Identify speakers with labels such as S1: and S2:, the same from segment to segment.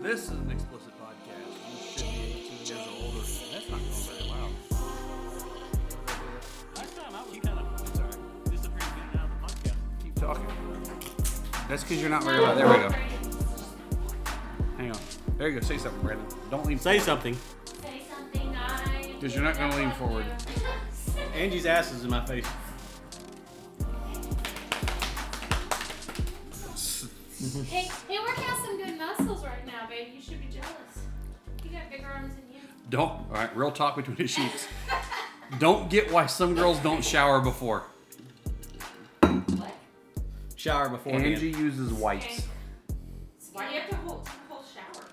S1: This is an explicit podcast. You should be 18 years or older. That's not going very loud.
S2: Last time out, you kind of sorry, disappeared in and out of the podcast.
S1: Keep talking. That's because you're not very loud. Oh, There we go. Hang on. There you go. Say something, Brandon. Don't lean.
S2: Say something.
S3: Say something nice.
S1: Because you're not gonna lean forward.
S2: Angie's ass is in my face.
S3: hey, hey, work out some good muscles right now, babe. You should be jealous. You got bigger arms than you.
S1: Don't. All right. Real talk between the sheets. Don't get why some girls don't shower before.
S3: What?
S2: Shower before
S1: Angie uses
S3: Okay.
S1: wipes.
S3: Why do you have to hold, hold shower?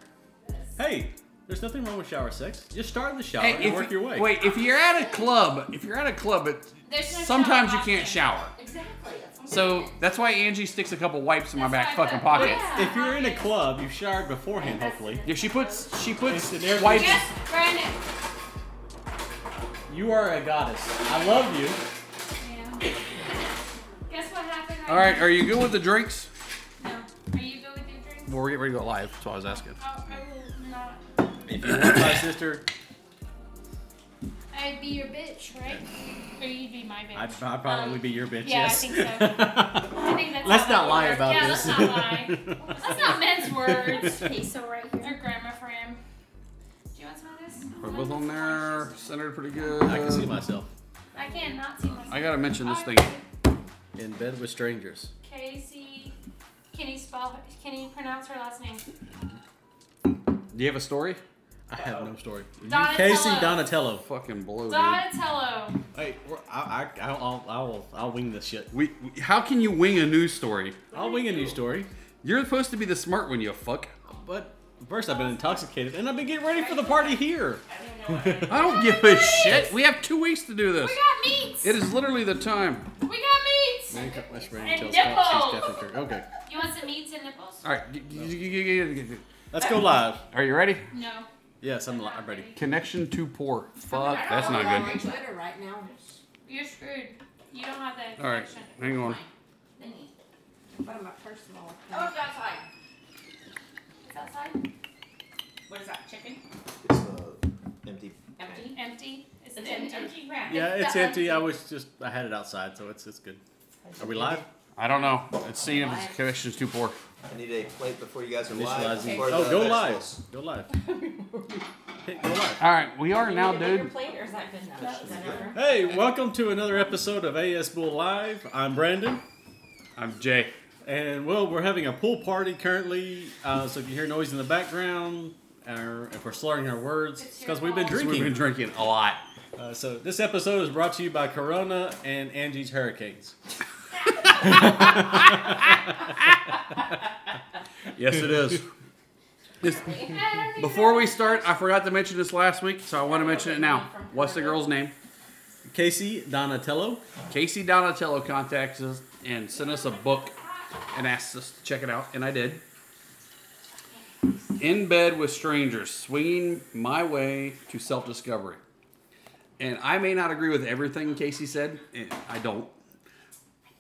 S2: Hey, there's nothing wrong with shower sex. Just start in the shower
S1: Hey,
S2: and
S1: if
S2: work
S1: you-
S2: your way.
S1: Wait, if you're at a club, if you're at a club, it,
S3: There's no
S1: sometimes you
S3: shower
S1: can't
S3: option.
S1: shower.
S3: Exactly. That's what I'm
S1: So
S3: saying.
S1: that's why Angie sticks a couple wipes in my
S3: That's
S1: back
S3: why I
S1: fucking
S3: thought-
S1: pocket.
S3: Yeah.
S2: If you're in a club, you've showered beforehand, hopefully.
S1: Yeah, she puts she puts
S2: It's an air
S1: wipes.
S3: Yes, Brandon.
S2: You are a goddess. I love you.
S3: Yeah. Guess what happened?
S1: All right, are you good with the drinks?
S3: No. Are you good with your drink?
S1: Well, we're getting ready to go live. That's what I was asking.
S3: Oh, I will not.
S2: If you want my sister,
S3: I'd be your bitch, right? Or you'd be my bitch.
S2: I'd, I'd probably
S3: Um,
S2: be your bitch.
S3: yeah, I
S2: yes.
S3: think I think that's
S2: Let's
S3: how that
S2: not lie
S3: works.
S2: about
S3: yeah,
S2: this.
S3: let's not lie. That's not men's words.
S4: Okay, so right
S3: Or
S4: here.
S3: grammar frame. Do you want some of this?
S1: We're both on there, centered pretty good.
S2: I can see myself
S3: I cannot see myself.
S1: I gotta mention this thing.
S2: in bed with strangers.
S3: Casey. Can you spell? Can you pronounce her last name?
S1: Do you have a story?
S2: I have no story.
S3: Donatello.
S2: Casey Donatello.
S1: Fucking blow, dude.
S3: Donatello.
S2: Hey, we're- I, I, I'll, I'll, I'll, I'll wing this shit.
S1: We, we- how can you wing a news story?
S2: I'll wing a new story.
S1: You're supposed to be the smart one, you fuck.
S2: But first, I've been intoxicated, and I've been getting ready for the party here.
S1: I don't give a shit. We have two weeks to do this.
S3: We
S2: Oh
S3: got meats.
S1: It is literally the time.
S3: We got meats. And nipples.
S2: Okay,
S3: You want some meats and nipples?
S1: All right, g- g- g- g- g- g-
S2: let's go live.
S1: are you ready?
S3: No.
S2: Yes, I'm, li- I'm ready.
S1: Connection too poor. Fuck, that's not
S4: I'm on
S1: good.
S4: Twitter right now.
S3: You're screwed. You don't have that
S1: All right,
S3: connection.
S1: hang on.
S4: But I'm a personal.
S5: Oh, it's outside.
S3: It's outside.
S5: What is that, chicken?
S6: It's the empty.
S5: Empty?
S3: Empty. Is it
S5: It's
S3: empty?
S5: an empty wrap.
S2: Yeah, it's
S3: that
S2: empty. I was just I had it outside, so it's it's good. Are we live?
S1: I don't know. Let's see if his connection's too poor.
S6: I need a plate before you guys are live.
S2: Initializing.
S6: before the
S2: Oh, go live.
S6: vegetables.
S2: Go live. Hey, go live.
S1: All right, we are now, dude.
S4: plate or is that good enough? Is that enough?
S2: Hey, welcome to another episode of AS Bull Live. I'm Brandon,
S1: I'm Jay.
S2: and well, we're having a pool party currently. Uh, so if you hear noise in the background, or if we're slurring our words, it's because we've been drinking.
S1: We've been drinking a lot.
S2: Uh, so this episode is brought to you by Corona and Angie's Hurricanes.
S1: Yes, it is. This- before we start, I forgot to mention this last week, so I want to mention it now. What's the girl's name?
S2: Casey Donatello.
S1: Casey Donatello contacts us and sent us a book and asked us to check it out, and I did. In Bed with Strangers Swinging My Way to Self Discovery. And I may not agree with everything Casey said, and I don't,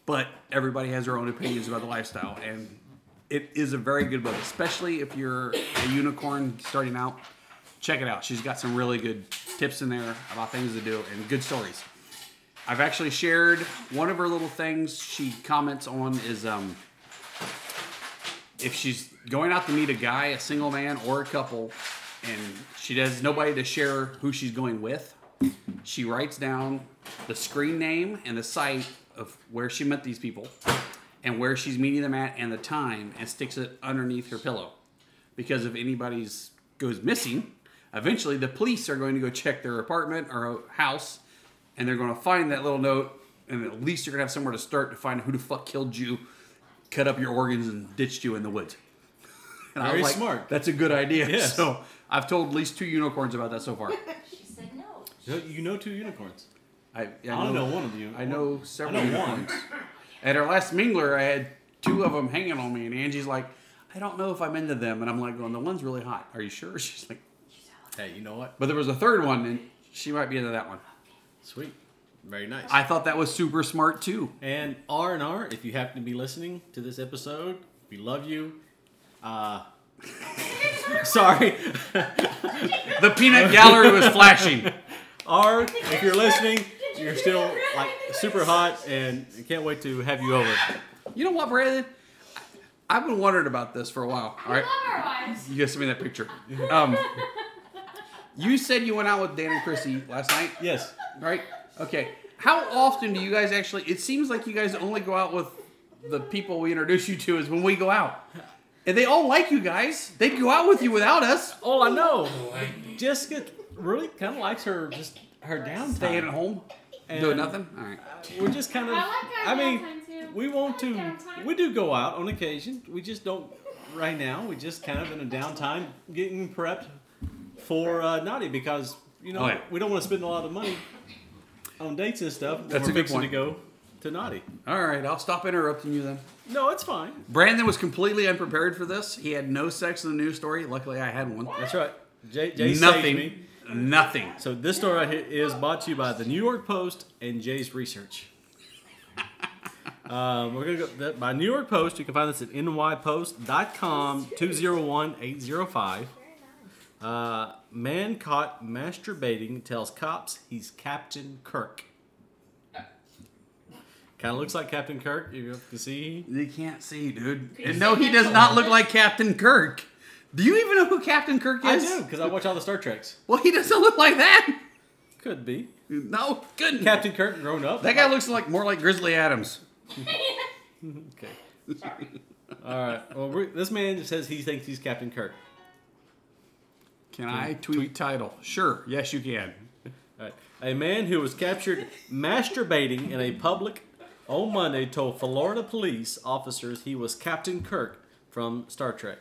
S1: but everybody has their own opinions about the lifestyle. And it is a very good book, especially if you're a unicorn starting out. Check it out. She's got some really good tips in there about things to do and good stories. I've actually shared one of her little things she comments on is um, if she's going out to meet a guy, a single man or a couple, and she has nobody to share who she's going with, she writes down the screen name and the site of where she met these people and where she's meeting them at and the time and sticks it underneath her pillow. Because if anybody's goes missing, eventually the police are going to go check their apartment or house and they're going to find that little note and at least you're going to have somewhere to start to find who the fuck killed you, cut up your organs and ditched you in the woods. And
S2: Very smart.
S1: That's a good idea.
S2: Yes.
S1: So I've told at least two unicorns about that so far.
S3: She said no.
S2: You know- You know two unicorns.
S1: I, I,
S2: I don't know one of you.
S1: I know several
S2: I know one.
S1: unicorns. At our last mingler, I had two of them hanging on me, and Angie's like, "I don't know if I'm into them," and I'm like, "Going, the one's really hot. Are you sure?" She's like,
S2: Hey, you know what?
S1: "But there was a third one, and she might be into that one."
S2: Sweet. Very nice.
S1: I thought that was super smart too.
S2: and R and R, if you happen to be listening to this episode, we love you. Uh, Sorry.
S1: The peanut gallery was flashing.
S2: Or if you're listening, you're still like super hot and I can't wait to have you over.
S1: You know what, Brandon? I- I've been wondering about this for a while. All right.
S3: Love our wives.
S1: You guys send me that picture. Um, you said you went out with Dan and Chrissy last night,
S2: Yes.
S1: right? Okay. How often do you guys actually? It seems like you guys only go out with the people we introduce you to is when we go out, and they all like you guys. They'd go out with you without us.
S2: All I know, Jessica really kind of likes her just her
S1: Staying at
S2: downtime.
S1: home,
S2: And
S1: doing nothing. All right.
S2: We're just kind of.
S3: I like our
S2: I mean,
S3: downtime too.
S2: we want
S3: I
S2: to.
S3: like downtime.
S2: We do go out on occasion. We just don't right now. We just kind of in a downtime getting prepped for uh, Naughty because you know
S1: Oh, yeah.
S2: we don't want to spend a lot of money on dates and stuff. when
S1: That's
S2: we're
S1: a good
S2: fixing
S1: point.
S2: to go to Naughty.
S1: All right. I'll stop interrupting you then.
S2: No, it's fine.
S1: Brandon was completely unprepared for this. He had no sex in the news story. Luckily, I had one.
S2: That's right. Jay, Jay saved
S1: nothing.
S2: me.
S1: Nothing.
S2: So this story right here is brought to you by the New York Post and Jay's Research. Um, we're gonna go that, by New York Post. You can find this at nypost.com two zero one eight zero five. Uh, man caught masturbating tells cops he's Captain Kirk. Kind of looks like Captain Kirk. You can see.
S1: You can't see, dude.
S4: you
S1: And no,
S4: see
S1: he
S4: that
S1: does not look like Captain Kirk. Do you even know who Captain Kirk
S2: I
S1: is?
S2: do because I watch all the Star Treks.
S1: Well, he doesn't look like that.
S2: Could be
S1: No, good.
S2: Captain Kirk grown up.
S1: That guy looks like more like Grizzly Adams.
S2: Okay. All right. Well, we this man says he thinks he's Captain Kirk.
S1: Can I tweet, title? Sure. Yes, you can.
S2: All right. A man who was captured masturbating in a public on Monday told Florida police officers he was Captain Kirk from Star Trek.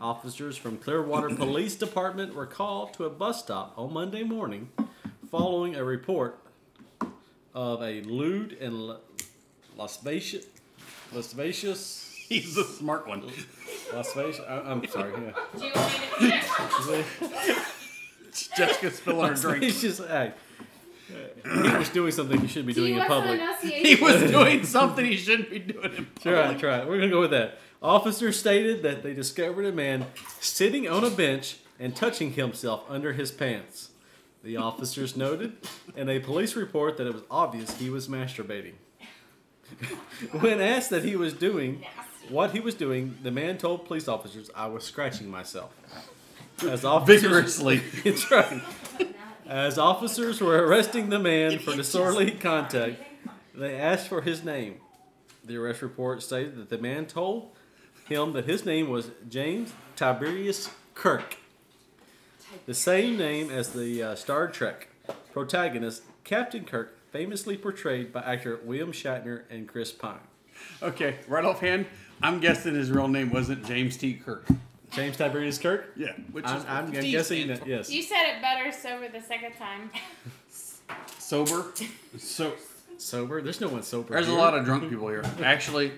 S2: Officers from Clearwater Police Department were called to a bus stop on Monday morning following a report of a lewd and la- lascivious, lascivious,
S1: He's a smart one.
S2: lascivious. I, I'm sorry. yeah.
S5: Do you want me to?
S1: Jessica's spilling her drink.
S2: It's just act. He was doing something you should be
S3: Do
S2: doing
S3: you
S2: in
S3: want some
S2: public.
S3: enunciation?
S1: He was doing something he shouldn't be doing. In public.
S2: Try, it, try. it. We're gonna go with that. Officers stated that they discovered a man sitting on a bench and touching himself under his pants. The officers noted in a police report that it was obvious he was masturbating. when asked that he was doing what he was doing, the man told police officers, "I was scratching myself." As officers,
S1: vigorously.
S2: It's right. As officers were arresting the man for disorderly contact, they asked for his name. The arrest report stated that the man told him that his name was James Tiberius Kirk, the same name as the uh, Star Trek protagonist Captain Kirk, famously portrayed by actor William Shatner and Chris Pine.
S1: Okay, right offhand, I'm guessing his real name wasn't James T. Kirk.
S2: James Tiberius Kirk.
S1: Yeah, which
S2: I'm, I'm
S1: T
S2: guessing
S1: stands
S2: that yes.
S3: You said it better sober the second time.
S1: for sober. So
S2: Sober. There's no one sober.
S1: there's a
S2: here.
S1: lot of drunk people here. Actually, he's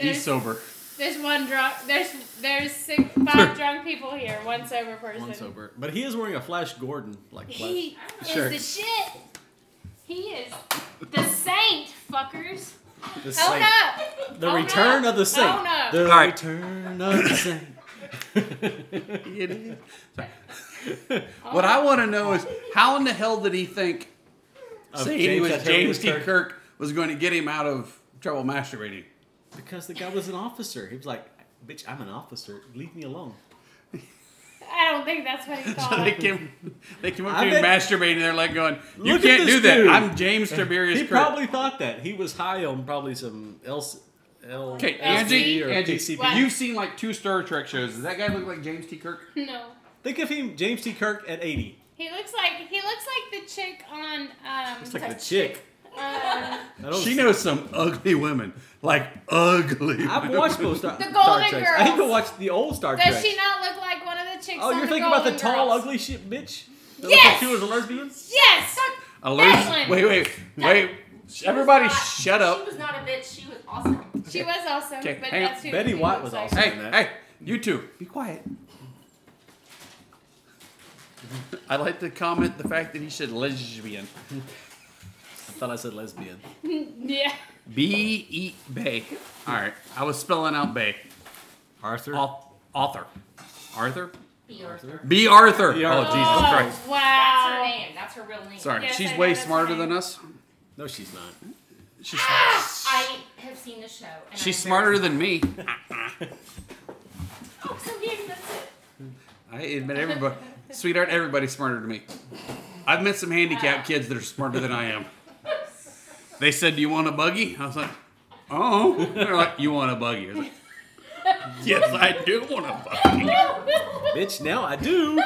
S3: There's-
S1: sober.
S3: There's one drunk. There's there's six, five drunk people here. One sober person.
S2: one sober, but he is wearing a Flash Gordon like. Flash.
S3: He
S2: Sure.
S3: is the shit. He is the saint, fuckers.
S2: The
S3: Own
S2: Saint.
S3: up.
S2: The
S3: Own
S2: return
S3: up.
S2: of the saint.
S3: Own up.
S2: The
S1: All right.
S2: return of the saint.
S1: It is. What I want to know is how in the hell did he think
S2: Of
S1: saying he was
S2: Tiberius
S1: James T.
S2: Kirk.
S1: Kirk was going to get him out of trouble masturbating?
S2: Because the guy was an officer. He was like, "Bitch, I'm an officer. Leave me alone."
S3: I don't think that's what he
S1: So
S3: thought.
S1: they came, they came up
S2: I
S1: to him
S2: bet-
S1: masturbating. and They're like going, "You
S2: Look at
S1: can't
S2: this
S1: do that.
S2: dude."
S1: I'm James Tiberius
S2: he
S1: Kirk."
S2: probably thought that he was high on probably some else. L-
S1: okay,
S2: LSD
S1: Angie,
S2: or
S1: Angie,
S2: PCP.
S3: What?
S1: you've seen like two Star Trek shows. Does that guy look like James T. Kirk?
S3: no.
S2: Think of him, James T. Kirk at 80.
S3: He looks like he looks like the chick on um.
S2: It's like the chick.
S3: uh,
S2: I don't
S1: She
S2: see-
S1: knows some ugly women, like ugly.
S2: I've
S1: women.
S2: watched both Star,
S3: The
S2: Star
S3: Golden
S2: Treks. I even
S3: Girls.
S2: watched the old Star
S3: does
S2: Trek.
S3: she not look like one of the chicks?
S2: oh,
S3: on
S2: you're
S3: the
S2: thinking about the
S3: Golden
S2: tall,
S3: Girls?
S2: ugly shit, bitch. That
S3: Yes!
S2: Looked like she was a lesbian.
S3: Yes.
S1: A lady-
S3: That one.
S1: Wait, wait, wait!
S5: She was
S1: Everybody,
S5: not-
S1: shut up!
S5: She was not a bitch. She was awesome.
S3: She was awesome,
S1: Okay,
S3: but
S1: hang on.
S3: that's who
S2: Betty
S3: he
S2: White
S3: looks
S2: was
S3: like.
S2: awesome.
S1: Hey,
S2: Doing that.
S1: hey, you two, be quiet. I like to comment the fact that he said lesbian.
S2: I thought I said lesbian.
S3: Yeah.
S1: B E Bay. All right, I was spelling out Bay.
S2: Arthur.
S1: Au- Author. Arthur?
S5: B. Arthur.
S1: B. Arthur.
S2: B.
S1: Oh,
S2: Arthur.
S1: Jesus Christ.
S3: Wow.
S5: That's her name. That's her real name.
S1: Sorry.
S3: Yes,
S1: She's
S3: I
S1: way
S3: know that's
S1: smarter
S3: right.
S1: than us.
S2: No, she's not.
S1: She's,
S3: Ah!
S5: I have seen the show. And
S1: she's
S5: I'm very-
S1: smarter than me.
S5: Oh, so he admits it.
S1: I admit everybody. Sweetheart, everybody's smarter than me. I've met some handicapped kids that are smarter than I am. They said, Do you want a buggy? I was like, Oh. They're like, You want a buggy? I was like, yes, I do want a buggy.
S2: Bitch, now I do.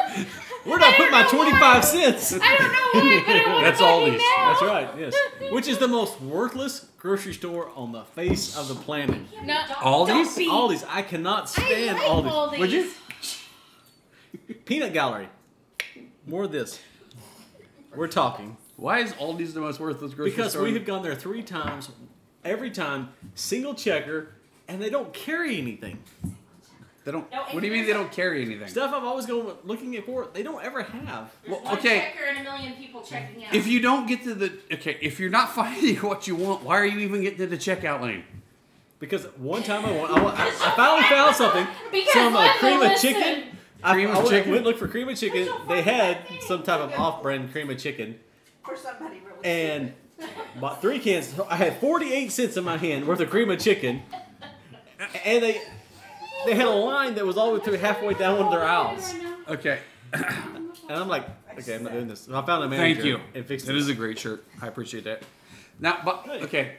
S2: Where'd I put my 25 cents?
S3: I don't know why, but I want
S1: That's
S3: to
S1: all
S3: fucking
S1: these.
S3: know.
S2: That's right, yes. Which is the most worthless grocery store on the face of the planet.
S3: No,
S1: Aldi's?
S3: Don't be-
S2: All these, I cannot
S3: I
S2: stand
S3: like
S2: all
S3: all
S2: these.
S3: these.
S2: Would you? Peanut gallery. More of this. We're talking.
S1: Why is Aldi's the most worthless grocery
S2: Because
S1: store?
S2: we have gone there three times, every time, single checker, and they don't carry anything.
S1: they don't.
S5: No,
S1: what do you mean they don't carry anything?
S2: Stuff I've always gone looking it for, they don't ever have.
S1: Well,
S5: One
S1: okay.
S5: checker and a million people checking out.
S1: If you don't get to the okay, if you're not finding what you want, why are you even getting to the checkout lane?
S2: Because one time I, went, I, wa- I, I finally found something.
S3: Because
S2: some uh,
S3: let me
S2: cream of
S3: listen.
S2: chicken. I,
S1: Cream
S2: I
S1: of
S2: went,
S1: chicken?
S2: went look for cream of chicken. They had some type of off-brand cream of chicken,
S4: For somebody really.
S2: and bought three cans. So I had 48 cents in my hand worth of cream of chicken, and they they had a line that was all the way through halfway down one of their aisles.
S1: Okay,
S2: And I'm like, okay, I'm not doing this. So I found a manager.
S1: thank you.
S2: And fixed
S1: It
S2: it.
S1: is a great shirt. I appreciate that. Now, but okay,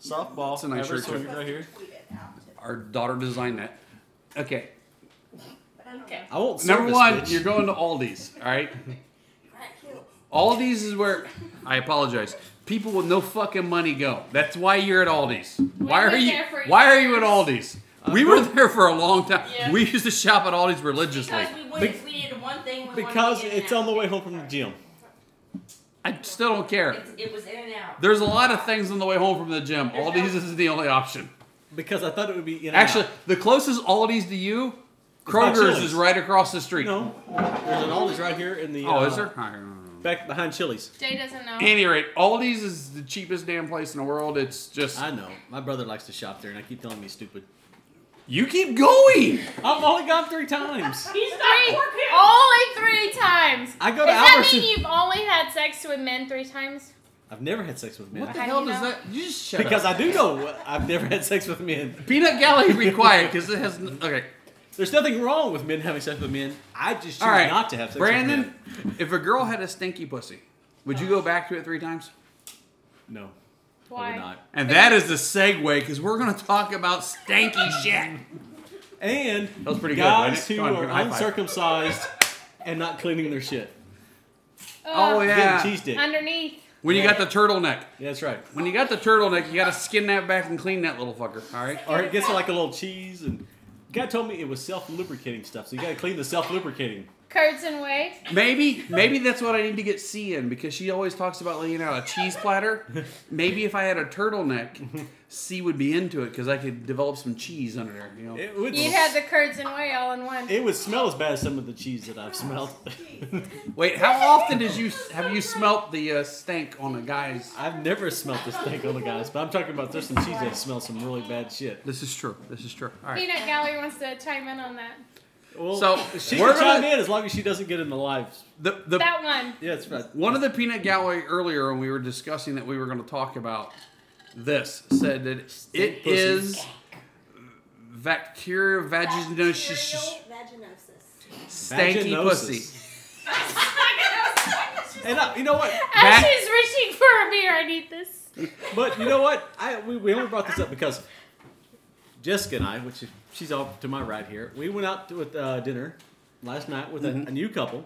S2: softball.
S1: It's a nice
S2: average
S1: shirt, too.
S2: swing right here.
S4: Tweet it out to-
S1: our daughter designed that. Okay,
S4: But I don't
S5: Okay.
S2: I won't.
S1: number
S2: service,
S1: one,
S2: bitch.
S1: you're going to Aldi's. All right,
S4: know.
S1: Aldi's is where I apologize. People with no fucking money go. That's why you're at Aldi's. Why
S3: We
S1: are
S3: were
S1: you?
S3: there for
S1: Why are you at Aldi's?
S2: Uh,
S1: We were there for a long time.
S5: Yeah.
S1: We used to shop at Aldi's religiously.
S5: Because we wouldn't, we did one thing. We
S2: because
S5: wanted to get
S2: it's
S5: in
S2: on the
S5: and
S2: way
S5: out.
S2: home from the gym.
S1: I still don't care.
S5: It's, it was in and out.
S1: There's a lot of things on the way home from the gym.
S5: There's
S1: Aldi's
S5: no-
S1: is the only option.
S2: Because I thought it would be in and
S1: Actually,
S2: out.
S1: the closest Aldi's to you,
S2: not
S1: Kroger's
S2: Chili's.
S1: is right across the street.
S2: No, there's an Aldi's right here in the.
S1: Oh,
S2: uh,
S1: is there? I don't know.
S2: Back behind Chili's.
S3: Jay doesn't know.
S1: At any rate, Aldi's is the cheapest damn place in the world. It's just
S2: I know. My brother likes to shop there, and I keep telling me stupid.
S1: you keep going.
S2: I've only gone three times.
S3: He's three, only three times.
S2: I go to
S3: Does that
S2: Albertsons.
S3: mean you've only had sex with men three times?
S2: I've never had sex with men.
S1: What the
S3: How do
S1: hell
S3: you
S1: does
S3: know?
S1: that? You just shut
S2: because
S1: up.
S2: I do know what- I've never had sex with men.
S1: Peanut Gallery, be quiet because it has. n- Okay,
S2: There's nothing wrong with men having sex with men. I just choose
S1: all right.
S2: not to have sex with
S1: Brandon,
S2: men.
S1: if a girl had a stinky pussy, would you go back to it three times?
S2: No.
S3: Why?
S2: Probably not.
S1: And that is the segue because we're gonna talk about stanky shit.
S2: And that
S1: was pretty good,
S2: guys
S1: wasn't it?
S2: who
S1: Go on,
S2: are
S1: give me a high five.
S2: uncircumcised and not cleaning their shit.
S1: Oh,
S3: Ugh.
S1: yeah.
S2: Getting cheese dick.
S3: Underneath.
S1: When you got the turtleneck.
S2: Yeah, that's right.
S1: When you got the turtleneck, you gotta skin that back and clean that little fucker. All right.
S2: Or it gets like a little cheese and. Guy told me it was self lubricating stuff, so you gotta clean the self lubricating.
S3: Curds and whey.
S1: Maybe, maybe that's what I need to get C in because she always talks about laying out a cheese platter. Maybe if I had a turtleneck, C would be into it because I could develop some cheese under there. You know.
S2: It would,
S3: You'd have the curds and whey all in one.
S2: it would smell as bad as some of the cheese that I've smelled.
S1: Wait, how often did you have you smelt the uh, stank on a guy's?
S2: I've never smelled this thing on the guys, but I'm talking about there's some cheese that smells some really bad shit.
S1: This is true. This is true. All right.
S3: Peanut Gallery wants to chime in on that.
S2: Well,
S1: So,
S2: she
S1: we're
S2: can chime
S1: gonna-
S2: in as long as she doesn't get in the lives.
S1: The the
S3: That one.
S2: Yeah, that's right.
S1: One of the peanut gallery earlier when we were discussing that we were going to talk about this said that it
S2: Stink pussy.
S1: is bacteria vaginosis
S4: Vaginosis.
S1: stanky
S2: Vaginosis.
S1: pussy.
S2: And I, you know what?
S1: Back-
S3: Ashley's reaching for a beer. I need this.
S2: But you know what? I we, we only brought this up because Jessica and I, which is, she's off to my right here, we went out to, with uh, dinner last night with a, a new couple.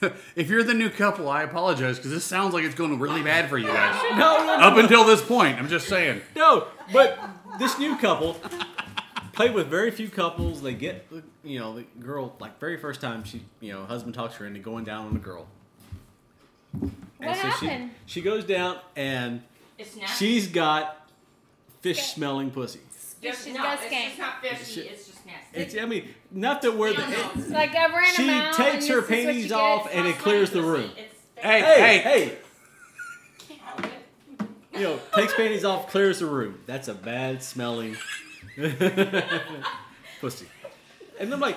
S1: If you're the new couple, I apologize because this sounds like it's going really bad for you guys.
S2: No, no,
S1: Up until this point, I'm just saying.
S2: No, but this new couple played with very few couples. They get, you know, the girl like very first time she, you know, husband talks her into going down on the girl.
S3: What happened?
S2: She, she goes down and
S5: It's not.
S2: she's got fish smelling pussy.
S5: It's
S3: She's got
S5: not, it's
S3: skank.
S5: just not fishy.
S2: Shit.
S5: It's just nasty.
S2: It's, I mean, not that we're the.
S5: It's-
S3: Like I ran a
S2: she
S3: mile.
S2: takes
S3: and
S2: her
S3: this is what you
S2: panties
S3: get.
S2: off and it clears the room.
S5: It's
S1: Hey,
S2: Hey, hey,
S1: hey,
S5: fake.
S2: you know, takes panties off, clears the room. That's a bad smelling pussy. And I'm like,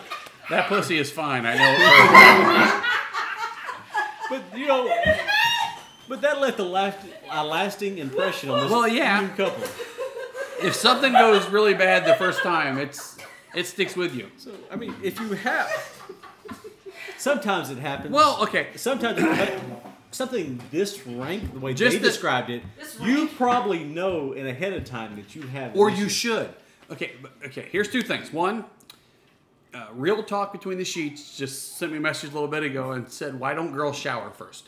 S1: That pussy is fine. I know.
S2: But you know, but that left a, last, a lasting impression on this
S1: Well, yeah.
S2: new couple.
S1: if something goes really bad the first time, it's it sticks with you.
S2: So I mean, if you have, sometimes it happens.
S1: Well, okay.
S2: sometimes it, but something this rank, the way they
S1: Just the-
S2: described it,
S5: This
S2: you
S5: rank.
S2: probably know in ahead of time that you have, an
S1: or you
S2: issue.
S1: should. Okay, but- okay. Here's two things. One, uh, real talk between the sheets just sent me a message a little bit ago and said, "Why don't girls shower first?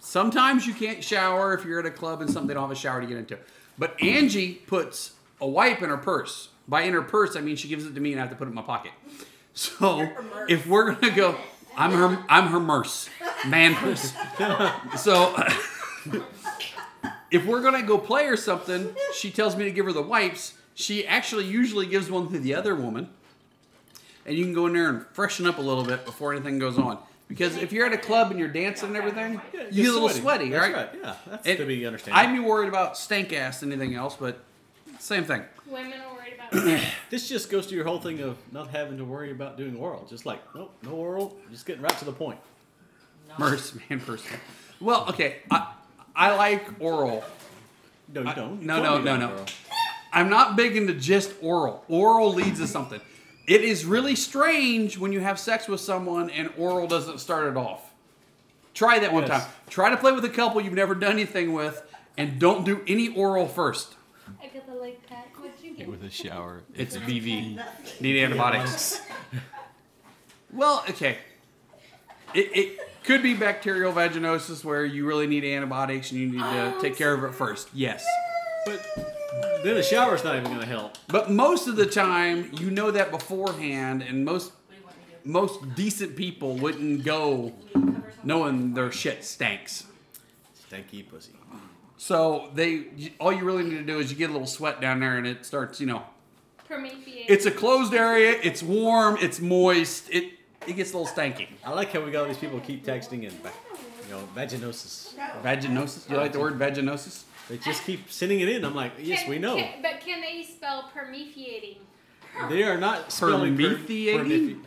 S1: Sometimes you can't shower if you're at a club and something they don't have a shower to get into. But Angie puts a wipe in her purse. By in her purse, I mean she gives it to me and I have to put it in my pocket. So if we're gonna go, I'm her, I'm her merce, man purse. So. if we're gonna go play or something, she tells me to give her the wipes. She actually usually gives one to the other woman, and you can go in there and freshen up a little bit before anything goes on. Because if you're at a club and you're dancing and everything,
S2: Yeah,
S1: you get a
S2: you're
S1: little sweaty,
S2: That's
S1: right?
S2: right? Yeah, that's
S1: And
S2: to be understood.
S1: I'd be worried about stank ass than anything else, but same thing.
S3: Women are worried about
S2: This just goes to your whole thing of not having to worry about doing oral. Just like, nope, no oral. Just getting right to the point.
S1: Merce, man, person. Well, okay, I, I like oral.
S2: No, you
S1: I-
S2: don't. You
S1: no,
S2: told
S1: no,
S2: me
S1: no,
S2: about
S1: no.
S2: oral.
S1: I'm not big into just oral. Oral leads to something. It is really strange when you have sex with someone and oral doesn't start it off. Try that one
S2: Yes.
S1: time. Try to play with a couple you've never done anything with and don't do any oral first.
S3: I got the leg pat. What'd you get?
S7: a shower.
S1: It's BV. Need antibiotics. Well, okay. It, it could be bacterial vaginosis where you really need antibiotics and you need to take care of it first. Yes.
S2: But then a shower's not even going to help.
S1: But most of the time, you know that beforehand, and most
S5: What do you want me to do?
S1: most decent people wouldn't go
S5: You cover something?
S1: knowing their shit stinks.
S2: Stanky pussy.
S1: So they, all you really need to do is you get a little sweat down there, and it starts. You know,
S3: Prometheus.
S1: it's a closed area. It's warm. It's moist. It it gets a little stanky.
S2: I like how we got all these people keep texting in. va- You know, vaginosis.
S1: Vaginosis. You like the word vaginosis?
S2: They just keep sending it in. I'm like, yes,
S3: Can-
S2: we know.
S3: can- but can they spell permeating?
S2: They are not spelling per-
S1: Prometheating?
S2: permethi-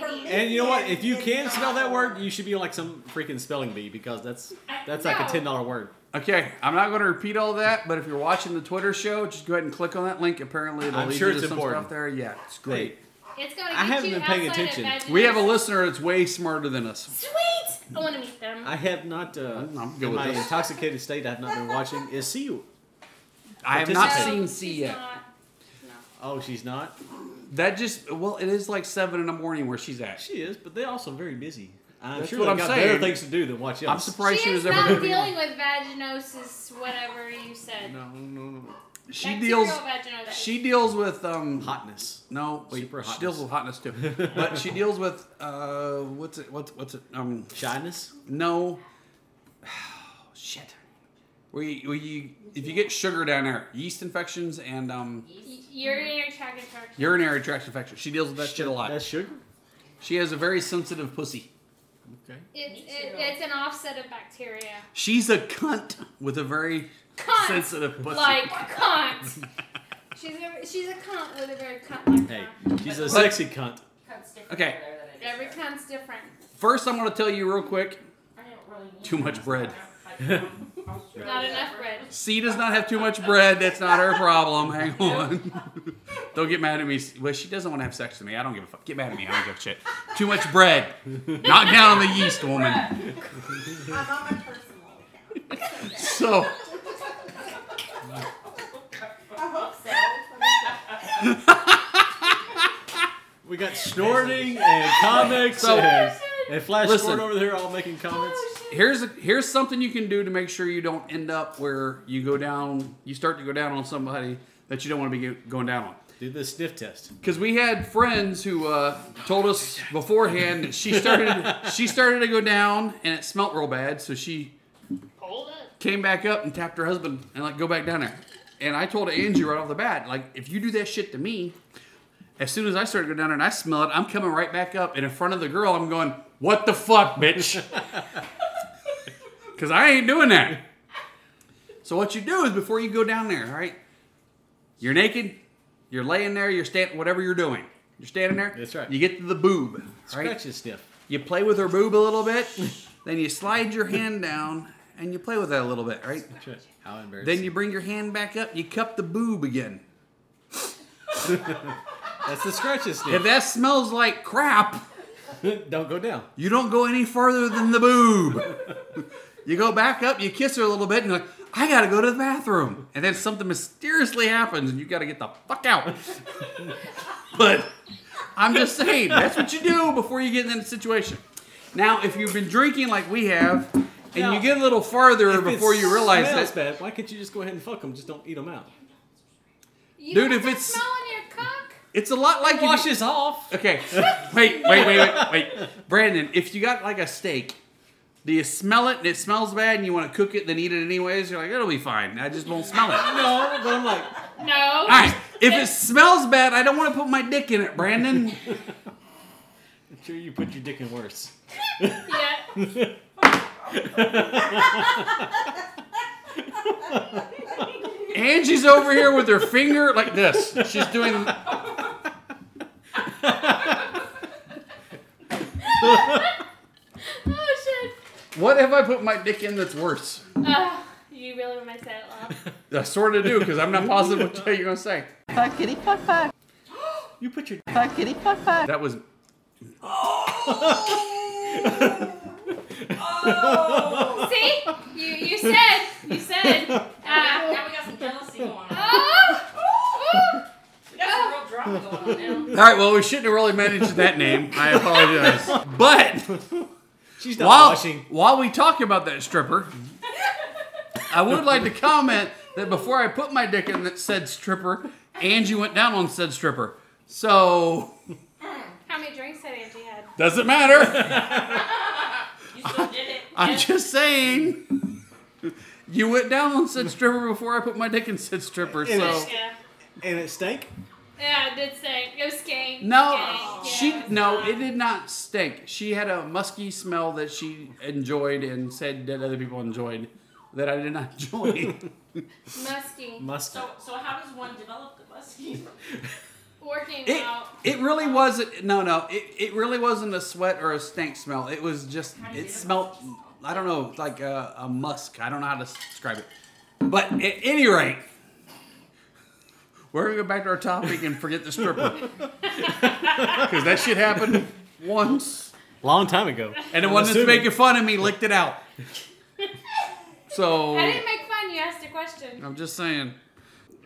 S3: Permeating.
S2: And you know what? If you can spell that word, you should be on like some freaking spelling bee because that's that's like a
S3: No.
S2: ten dollar word.
S1: Okay, I'm not going to repeat all that, but if you're watching the Twitter show, just go ahead and click on that link. Apparently, it'll
S2: I'm
S1: lead
S2: sure
S1: you to
S2: it's
S1: some
S2: important.
S1: stuff there. Yeah, it's great.
S3: It's gonna
S2: I
S3: get
S2: haven't
S3: you
S2: been paying
S3: outside of
S2: attention.
S1: We have a
S3: vaginas.
S1: listener that's way smarter than us.
S3: Sweet. I want to meet them.
S2: I have not. Uh,
S1: I'm- I'm good
S2: in
S1: with
S2: my
S1: this.
S2: intoxicated state, I have not been watching. Is see you?
S1: I have
S2: Participate.
S1: not
S3: No,
S1: seen
S3: she's
S1: C yet.
S3: not. No.
S2: Oh, she's not.
S1: That just well, it is like seven in the morning where she's at.
S2: She is, but they're also very busy. I'm
S1: That's
S2: sure
S1: what
S2: they've
S1: I'm
S2: got
S1: saying.
S2: better things to do than watch us.
S1: I'm surprised she,
S3: she is
S1: was ever
S3: not
S1: gonna be on.
S3: dealing with vaginosis, whatever you said.
S2: No, no, no.
S1: She
S3: Bacterial
S1: deals.
S3: Vaginosis.
S1: She deals with um.
S2: Hotness.
S1: No, wait.
S2: Super
S1: she deals with hotness too, but she deals with uh, what's it? What's what's it? Um,
S2: Shyness.
S1: no. Shit. We we if you get sugar down there, yeast infections and um
S3: Y- urinary tract infection.
S1: urinary tract infections. She deals with that shit a lot.
S2: That's sugar.
S1: She has a very sensitive pussy.
S2: Okay.
S3: It's,
S5: Me
S3: it,
S5: too.
S3: it's an offset of bacteria.
S1: She's a cunt with a very
S3: Cunt.
S1: sensitive pussy.
S3: Like cunt. she's a she's a cunt with a very cunt like
S2: Hey,
S3: her.
S2: she's a sexy cunt.
S5: Cut stick
S1: Okay.
S5: over there that I just
S3: Every
S5: cut.
S3: cunt's different.
S1: First, I'm going to tell you real quick
S5: I don't really need
S1: Too
S5: it.
S1: much bread.
S3: Not enough bread.
S1: C does not have too much bread. That's not her problem. Hang on. don't get mad at me. Well, she doesn't want to have sex with me. I don't give a fuck. Get mad at me. I don't give a shit. Too much bread. Knock down on the yeast, woman.
S4: I'm on my personal account.
S1: So,
S4: I hope so.
S2: We got snorting and comics
S1: So-
S2: and, and Flash
S1: Listen.
S2: Gordon over there all making comments.
S1: here's a, here's something you can do to make sure you don't end up where you go down. You start to go down on somebody that you don't want to be go- going down on.
S2: Do the sniff test.
S1: Because we had friends who uh, told us beforehand that she started she started to go down and it smelt real bad, so she
S3: Hold up.
S1: came back up and tapped her husband and like go back down there. And I told Angie right off the bat, like if you do that shit to me, as soon as I started to go down there and I smell it, I'm coming right back up and in front of the girl, I'm going, "What the fuck, bitch?" Because I ain't doing that. So what you do is before you go down there, all right, you're naked, you're laying there, you're standing, whatever you're doing, You're standing there.
S2: That's right.
S1: You get to the boob.
S2: Scratch
S1: Right.
S2: and sniff.
S1: You play with her boob a little bit. then you slide your hand down and you play with that a little bit. Right.
S2: That's right. How embarrassing.
S1: Then you bring your hand back up. You cup the boob again.
S2: That's the scratch and
S1: If
S2: sniff.
S1: that smells like crap,
S2: Don't go down.
S1: you don't go any further than the boob. you go back up. You kiss her a little bit, and you're like, I gotta go to the bathroom. And then something mysteriously happens, and you gotta get the fuck out. but I'm just saying, that's what you do before you get in that situation. Now, if you've been drinking like we have, and
S2: Now,
S1: you get a little farther
S2: If it
S1: before you realize
S2: smells
S1: that,
S2: bad. Why can't you just go ahead and fuck them? Just don't eat them out.
S3: You
S1: Dude,
S3: got
S1: if
S3: that
S1: it's-
S3: smell in your cock.
S1: it's a lot like if you-
S2: Washes off.
S1: Okay. Wait, wait, wait, wait, wait. Brandon, if you got like a steak, do you smell it and it smells bad and you want to cook it then eat it anyways? You're like, it'll be fine. I just won't smell it. All
S2: No, but I'm like,
S3: No.
S1: right. If it smells bad, I don't want to put my dick in it, Brandon.
S2: I'm sure you put your dick in worse.
S3: Yeah.
S1: Angie's over here with her finger like this. She's doing.
S3: Oh
S1: What have I put my dick in that's worse?
S3: shit. Uh, you really want me to say it loud?
S1: I sort of do because I'm not positive what you're gonna say.
S7: Fuck kitty fuck fuck.
S2: You put your
S7: Fuck kitty fuck fuck.
S1: That was Oh.
S3: See? You you said you said. Uh,
S5: Now we got some jealousy going on.
S3: oh,
S5: We got some real drama going on now.
S1: all right. Well, we shouldn't have really managed that name. I apologize. But
S2: She's not
S1: while,
S2: washing.
S1: while we talk about that stripper, I would like to comment that before I put my dick in that said stripper, Angie went down on said stripper. So
S3: How many drinks had Angie had?
S1: doesn't matter.
S5: You still did it.
S1: I'm just saying. You went down on said stripper before I put my dick in said stripper. So
S3: Yeah.
S2: And it stank.
S3: Yeah, it did say it was skank.
S1: no,
S3: skank,
S1: she
S3: yeah, it was
S1: no,
S3: not.
S1: it did not stink. She had a musky smell that she enjoyed and said that other people enjoyed that I did not enjoy.
S3: musky.
S2: Must.
S5: So, so how does one develop the musky?
S3: Working
S1: It,
S3: out.
S1: it really wasn't no no it, it really wasn't a sweat or a stink smell it was just it smelled I don't know like a, a musk I don't know how to describe it but at any rate we're gonna go back to our topic and forget the stripper because that shit happened once
S2: Long time ago.
S1: and the
S2: I'm
S1: one that's
S2: assuming.
S1: making fun of me licked it out so Oh.
S3: I didn't make fun. You asked a question.
S1: I'm just saying.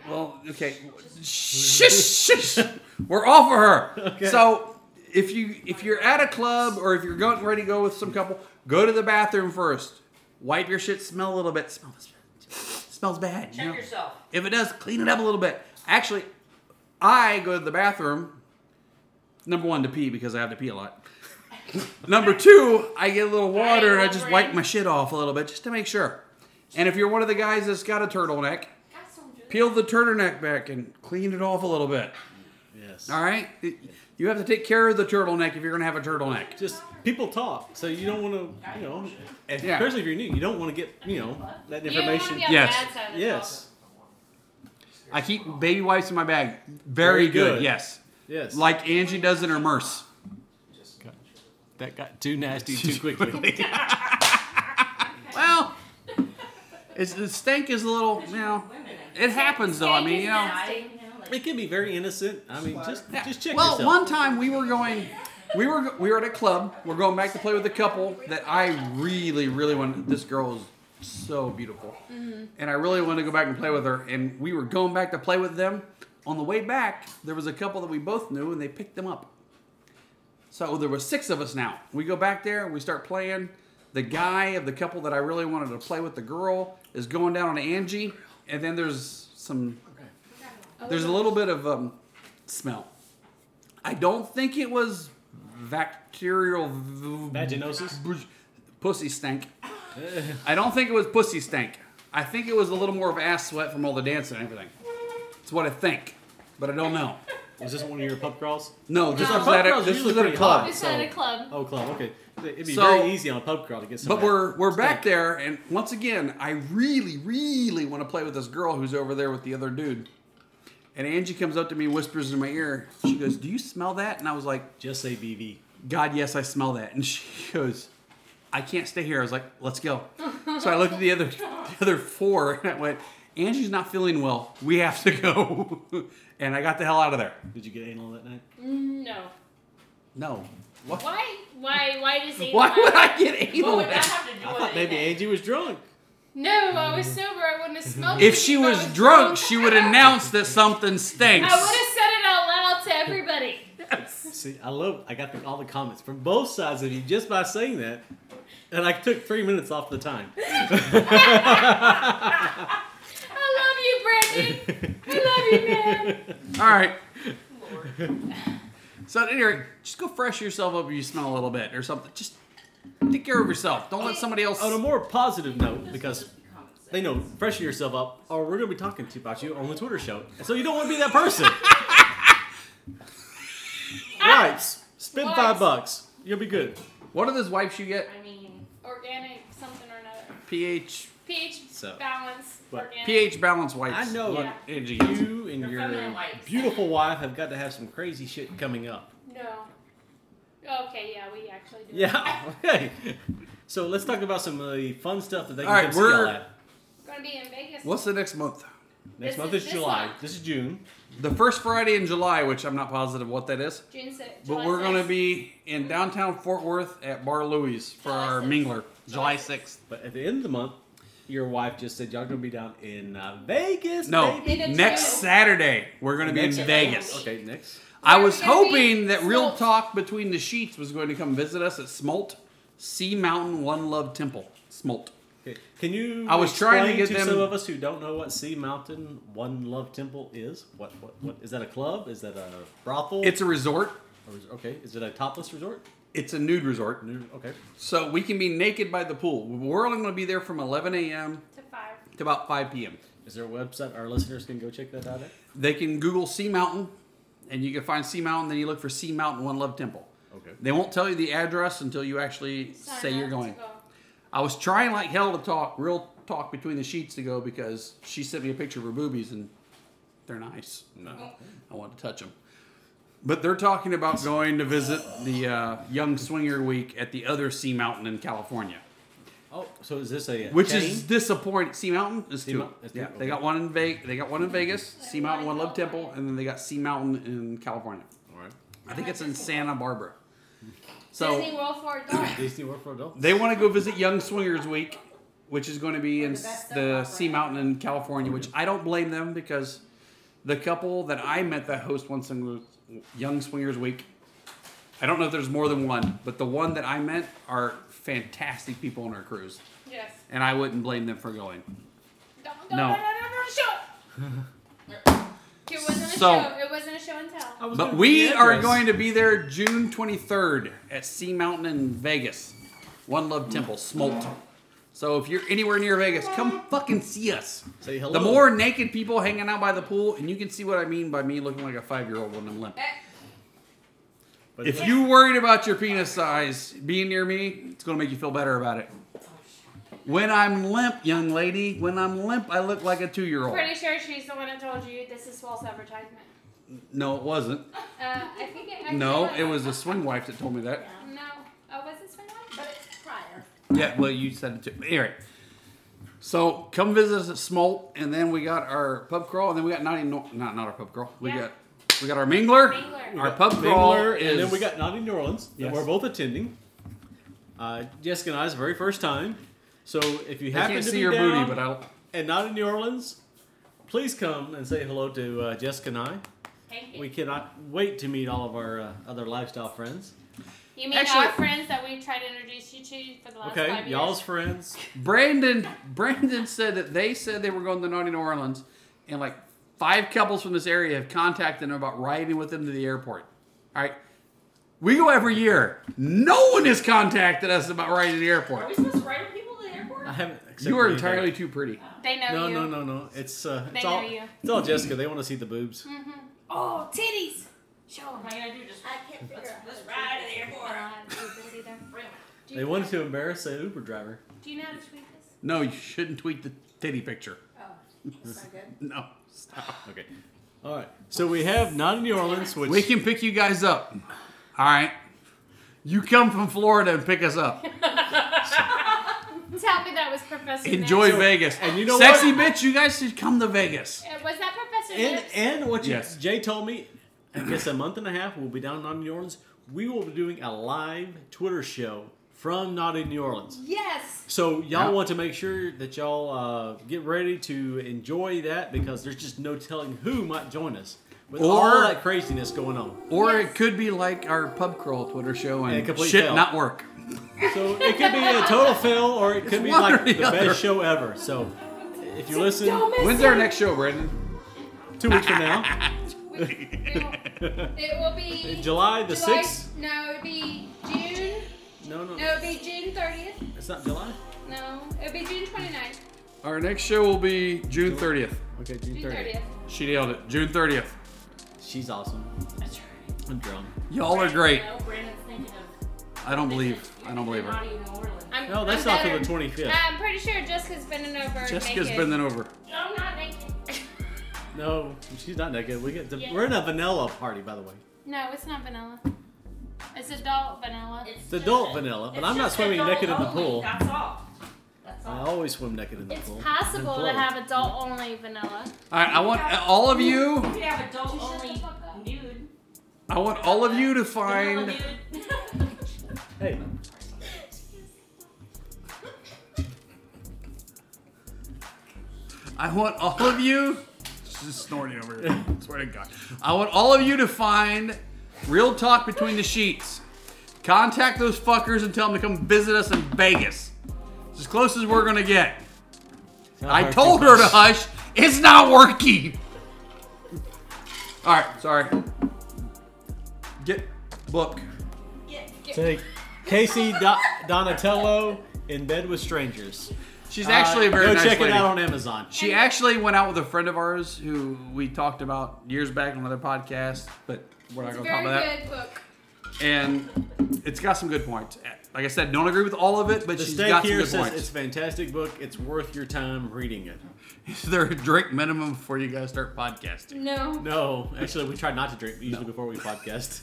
S1: Well, okay. Shh, shh. We're off of her. So if you if you're at a club or if you're going ready to go with some couple, go to the bathroom first. Wipe your shit. Smell a little bit. Smell this. Smells bad. you
S5: Check
S1: know?
S5: yourself.
S1: If it does, clean it up a little bit. Actually, I go to the bathroom. Number one to pee because I have to pee a lot. Number two, I get a little water. and I just wipe my shit off a little bit just to make sure. And if you're one of the guys that's got a turtleneck,
S5: God, so good.
S1: peel the turtleneck back and clean it off a little bit.
S2: Yes.
S1: All right, It- you have to take care of the turtleneck if you're gonna have a turtleneck.
S2: Just people talk, so you don't want to, you know, and
S1: Yeah.
S2: especially if you're new, you don't want to get, you know, that
S3: You don't want to
S2: information.
S3: be on
S1: Yes.
S3: the bad side of the
S2: Yes.
S1: I keep baby wipes in my bag. Very,
S2: Very
S1: good.
S2: good.
S1: Yes,
S2: Yes.
S1: like Angie does in her merce.
S2: that got too nasty too quickly.
S1: Well, it's the stink is a little you know. It happens though. I mean, you know.
S5: I, you know, like,
S2: it can be very innocent. I mean, just
S1: Yeah.
S2: just check
S1: well,
S2: yourself.
S1: one time we were going, we were we were at a club. We're going back to play with a couple that I really, really wanted. This girl is so beautiful,
S2: Mm-hmm.
S1: and I really wanted to go back and play with her. And we were going back to play with them. On the way back, there was a couple that we both knew, and they picked them up. So there was six of us now. We go back there, we start playing. The guy of the couple that I really wanted to play with, the girl, is going down on Angie, and then there's some, there's a little bit of um, smell. I don't think it was bacterial v-
S2: Vaginosis?
S1: b- pussy stank. I don't think it was pussy stank. I think it was a little more of ass sweat from all the dancing and everything. It's what I think, but I don't know.
S2: Was this one of your pub crawls?
S1: No, this
S2: No.
S1: was at a,
S2: Pub
S1: this
S2: crawls
S1: was at
S2: usually
S1: a
S2: pretty
S1: club.
S2: hot.
S3: It's at a club.
S2: Oh, club. Okay. It'd be
S1: So-
S2: very easy on a pub crawl to get some.
S1: But we're we're back there, and once again, I really, really want to play with this girl who's over there with the other dude. And Angie comes up to me, whispers in my ear. She goes, "Do you smell that?" And I was like,
S2: Just say BV.
S1: God, yes, I smell that. And she goes, I can't stay here. I was like, let's go. So I looked at the other the other four and I went, Angie's not feeling well. We have to go. and I got the hell out of there.
S2: Did you get anal that night?
S3: No.
S1: No. What?
S3: Why? Why? Why does Ava?
S1: Why would I get
S5: What
S1: anal?
S5: would that have to do
S2: I
S5: with
S2: thought maybe
S5: anything?
S2: Angie was drunk.
S3: No, I was sober. I wouldn't have smelled it
S1: If she
S3: I
S1: was drunk, she would announce that something stinks.
S3: I would have said it out loud to everybody.
S2: See, I love. I got the, all the comments from both sides of you just by saying that, and I took three minutes off the time.
S3: I love you, Brittany. I love you, man.
S1: All right.
S5: Lord.
S1: So at any rate, just go freshen yourself up if you smell a little bit or something. Just take care of yourself. Don't let somebody else.
S2: On a more positive note, because
S5: Comments.
S2: they know freshen yourself up, or we're gonna be talking to about you on the Twitter show, so you don't want to be that person. right? Spend five
S3: Wipes.
S2: bucks. You'll be good.
S1: What are those wipes you get?
S5: I mean,
S3: Organic something or another.
S1: pH
S3: pH
S2: So.
S3: balance.
S2: But
S3: organic.
S1: pH balance wipes.
S2: I know
S3: Yeah.
S1: Angie gets.
S2: you and
S5: Your
S2: your
S5: feminine wipes.
S2: beautiful wife have got to have some crazy shit coming up.
S3: No. Okay. Yeah, we actually do.
S2: Yeah. Okay. So let's talk about some of the fun stuff that they can
S1: All right,
S2: come see
S1: we're-
S2: all at.
S3: Gonna be in Vegas.
S1: What's the next month?
S2: Next
S3: This
S2: month
S3: is
S2: is
S3: this
S2: July.
S3: month.
S2: This is June.
S1: The first Friday in July, which I'm not positive what that is,
S3: June sixth.
S1: but we're going to be in downtown Fort Worth at Bar Louie's for
S3: July
S1: our
S3: sixth.
S1: mingler July
S3: July
S1: 6th.
S2: But at the end of the month, your wife just said y'all gonna be down in uh, Vegas.
S1: No,
S2: baby."
S3: In a
S1: next
S3: jail.
S1: Saturday, we're going to be in
S2: Next-
S1: Vegas.
S2: Okay, next.
S1: I was
S3: We're gonna be
S1: hoping that Real
S3: Smolt.
S1: Talk Between the Sheets was going to come visit us at Smolt Sea Mountain One Love Temple. Smolt.
S2: Okay. Can you?
S1: I was trying to
S2: explain
S1: get them-
S2: some of us who don't know what Sea Mountain One Love Temple is. What? What? What is that? A club? Is that a brothel?
S1: It's a resort,
S2: Or is- okay. Is it a topless resort?
S1: it's a nude resort.
S2: New- Okay.
S1: So we can be naked by the pool. We're only going to be there from 11 a.m.
S3: to five.
S1: to about 5 p.m.
S2: Is there a website our listeners can go check that out at?
S1: They can Google Sea Mountain, and you can find Sea Mountain. Then you look for Sea Mountain One Love Temple.
S2: Okay.
S1: They won't tell you the address until you actually
S3: Sign
S1: say you're
S3: up to
S1: going.
S3: go.
S1: I was trying like hell to talk, real talk between the sheets to go because she sent me a picture of her boobies and they're nice.
S2: No.
S1: I want to touch them. But they're talking about going to visit the uh, Young Swinger Week at the other Sea Mountain in California,
S2: Oh, so is this a
S1: which
S2: chain?
S1: is disappointing. Sea Mountain is
S2: Sea
S1: two.
S2: Mount- is two,
S1: yeah,
S2: okay.
S1: they got one in Vegas. They got one in Vegas. Sea
S3: one
S1: Mountain
S3: in
S1: One Love Temple,
S3: California.
S1: and then they got Sea Mountain in California.
S2: All right.
S1: I think it's in Santa Barbara. So
S3: Disney World for adults.
S2: Disney World for adults.
S1: they want to go visit Young Swingers Week, which is going to be in s- the Sea Mountain in California, which I don't blame them because the couple that I met that host once in Young Swingers Week, I don't know if there's more than one, but the one that I met are fantastic people on our cruise,
S3: yes.
S1: and I wouldn't blame them for going.
S3: Don't, don't,
S1: No.
S3: no. No, no, no, show. it wasn't a
S1: So- Oh.
S3: show. It wasn't a show and tell.
S2: I was
S1: But
S2: gonna
S1: we
S2: give the
S1: are
S2: address.
S1: going to be there June 23rd at Sea Mountain in Vegas. One Love Temple, Smolt. So if you're anywhere near Vegas, come fucking see us.
S2: Say hello.
S1: The more naked people hanging out by the pool, and you can see what I mean by me looking like a five year old when I'm limp.
S3: Eh,
S2: But
S1: If you worried about your penis size being near me, it's gonna make you feel better about it. When I'm limp, young lady, when I'm limp, I look like a two year old.
S3: Pretty sure she's the one that told you this is false advertisement.
S1: No, it wasn't.
S3: Uh, I think it. Actually
S1: No,
S3: was.
S1: it was the swing wife that told me that.
S3: No. Oh, was it Spring Lake?
S4: But it's prior.
S1: Yeah, well, you said it too. But Anyway, so come visit us at Smolt, and then we got our pub crawl, and then we got not even not not our pub crawl. We
S3: Yeah.
S1: got we got our mingler.
S3: Mingler.
S1: Our pub crawl
S2: Bingler,
S1: is
S2: and then we got Naughty New Orleans that
S1: Yes.
S2: we're both attending. Uh, Jessica and I's very first time. So if you
S1: I
S2: happen
S1: can't
S2: to
S1: see
S2: be
S1: your
S2: down
S1: booty, but I
S2: and not in New Orleans, please come and say hello to uh, Jessica and I.
S3: Thank you.
S2: We cannot wait to meet all of our uh, other lifestyle friends.
S3: you mean
S1: Actually-
S3: our friends that we tried to introduce you to for the last
S2: okay,
S3: 5
S2: y'all's
S3: years?
S2: friends.
S1: Brandon Brandon said that they said they were going to Naughty New Orleans, and like five couples from this area have contacted them about riding with them to the airport. All right, we go every year. No one has contacted us about riding to the
S5: Are we
S1: airport.
S5: supposed to ride with people to the airport?
S2: I haven't. accepted
S1: You are
S2: anything.
S1: entirely too pretty.
S3: They know
S2: No,
S3: you.
S2: no, no, no. It's uh, it's
S3: They
S2: all
S3: know you.
S2: it's all Jessica. They want to see the boobs.
S3: Oh, titties. Show
S5: What am I gonna do? Just
S4: I can't figure
S5: let's,
S4: out.
S5: let's
S4: how
S5: ride to the airport.
S3: Do
S2: They
S3: you
S2: wanted
S3: know-
S2: to embarrass the Uber driver.
S3: Do you know how to tweet this?
S1: No, you shouldn't tweet the titty picture.
S4: to do it. Oh, that's not good.
S1: No, stop.
S2: Okay. All right. So we have not in New Orleans, which
S1: We can pick you guys up. All right. You come from Florida and pick us up.
S3: I'm happy that was Professor.
S1: Enjoy
S3: Nip.
S1: Vegas.
S2: and you know
S1: Sexy
S2: what?
S1: bitch, you guys should come to Vegas.
S3: Uh, Was that Professor
S2: and
S3: Nip's?
S2: and what you,
S1: Yes.
S2: Jay told me, I guess a month and a half we'll be down in Naughty New Orleans. We will be doing a live Twitter show from Naughty New Orleans.
S3: yes.
S2: So y'all
S1: Yeah.
S2: want to make sure that y'all uh, get ready to enjoy that because there's just no telling who might join us with all
S1: Or-
S2: that craziness going on.
S1: Or
S3: Yes.
S1: it could be like our pub crawl Twitter show
S2: And a
S1: and
S2: complete
S1: shit
S2: fail.
S1: not work.
S2: So it could be a total fail, or it could be
S1: one
S2: like
S1: or
S2: the,
S1: the other.
S2: best show ever. So if you listen
S3: Don't miss
S1: When's
S3: it.
S1: our next show, Brandon?
S2: two weeks from now,
S3: We- we will- it will be
S2: July the
S3: July-
S2: sixth.
S3: No, it'll be June.
S2: No, no,
S3: No, it'll be June 30th.
S2: it's not July.
S3: No, it'll be June 29th.
S1: Our next show will be June 30th.
S2: Okay,
S3: June
S2: June
S3: 30th.
S2: thirtieth.
S1: She nailed it. June 30th.
S2: She's awesome.
S5: That's right.
S2: I'm drunk.
S1: Y'all are great.
S5: No, Brandon's thinking of.
S1: I don't believe. I don't believe her.
S5: Naughty New Orleans.
S3: I'm,
S2: No, that's
S3: I'm
S2: not till
S3: better.
S2: the 25th.
S3: I'm pretty sure Jessica's bending over.
S1: Jessica's
S3: naked.
S1: bending over.
S5: I'm not naked.
S2: No, she's not naked. We get the,
S5: Yeah.
S2: we're in a vanilla party, by the way.
S3: No, it's not vanilla. It's adult vanilla.
S5: It's
S2: It's adult vanilla, but I'm not swimming naked in the pool.
S5: That's all. That's
S2: I
S5: all.
S2: always swim naked in the
S3: Oh. It's
S2: pool.
S3: possible to
S2: And float.
S3: have adult only vanilla.
S1: All right, I want all of you.
S5: You could have adult
S3: Just shut the
S5: only
S3: fuck up.
S5: nude.
S1: I want all of you to find.
S5: Vanilla nude.
S2: Hey,
S1: I want all of you. She's snorting over here. Swear to God. I want all of you to find real talk between the sheets. Contact those fuckers and tell them to come visit us in Vegas. It's as close as we're gonna get. I told her to hush. It's not working. All right, sorry. Get book.
S2: Take Casey Do- Donatello in bed with strangers.
S1: She's actually a very
S2: Uh, go
S1: nice
S2: check
S1: lady.
S2: it out on Amazon.
S1: She actually went out with a friend of ours who we talked about years back on another podcast, but we're not
S3: It's a
S1: going to talk
S3: very
S1: about that.
S3: good book.
S1: And it's got some good points. Like I said, don't agree with all of it, but
S2: The
S1: she's
S2: stake
S1: got some
S2: here
S1: good
S2: says it's
S1: points.
S2: a fantastic book. It's worth your time reading it.
S1: Is there a drink minimum before you guys start podcasting?
S3: No.
S2: No, actually, we try not to drink usually before we podcast.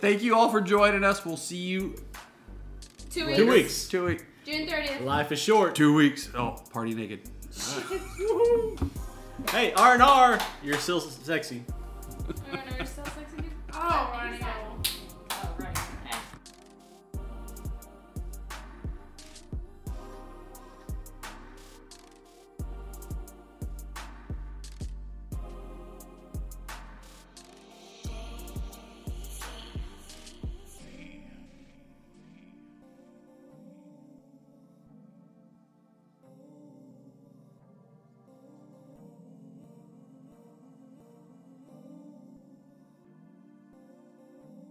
S1: Thank you all for joining us. We'll see you
S3: Two weeks.
S2: Two weeks.
S1: two weeks.
S3: June 30th.
S2: Life is short.
S1: Two weeks. Oh, party naked.
S2: Hey, R and R, you're still sexy.
S3: Mm,
S5: Oh,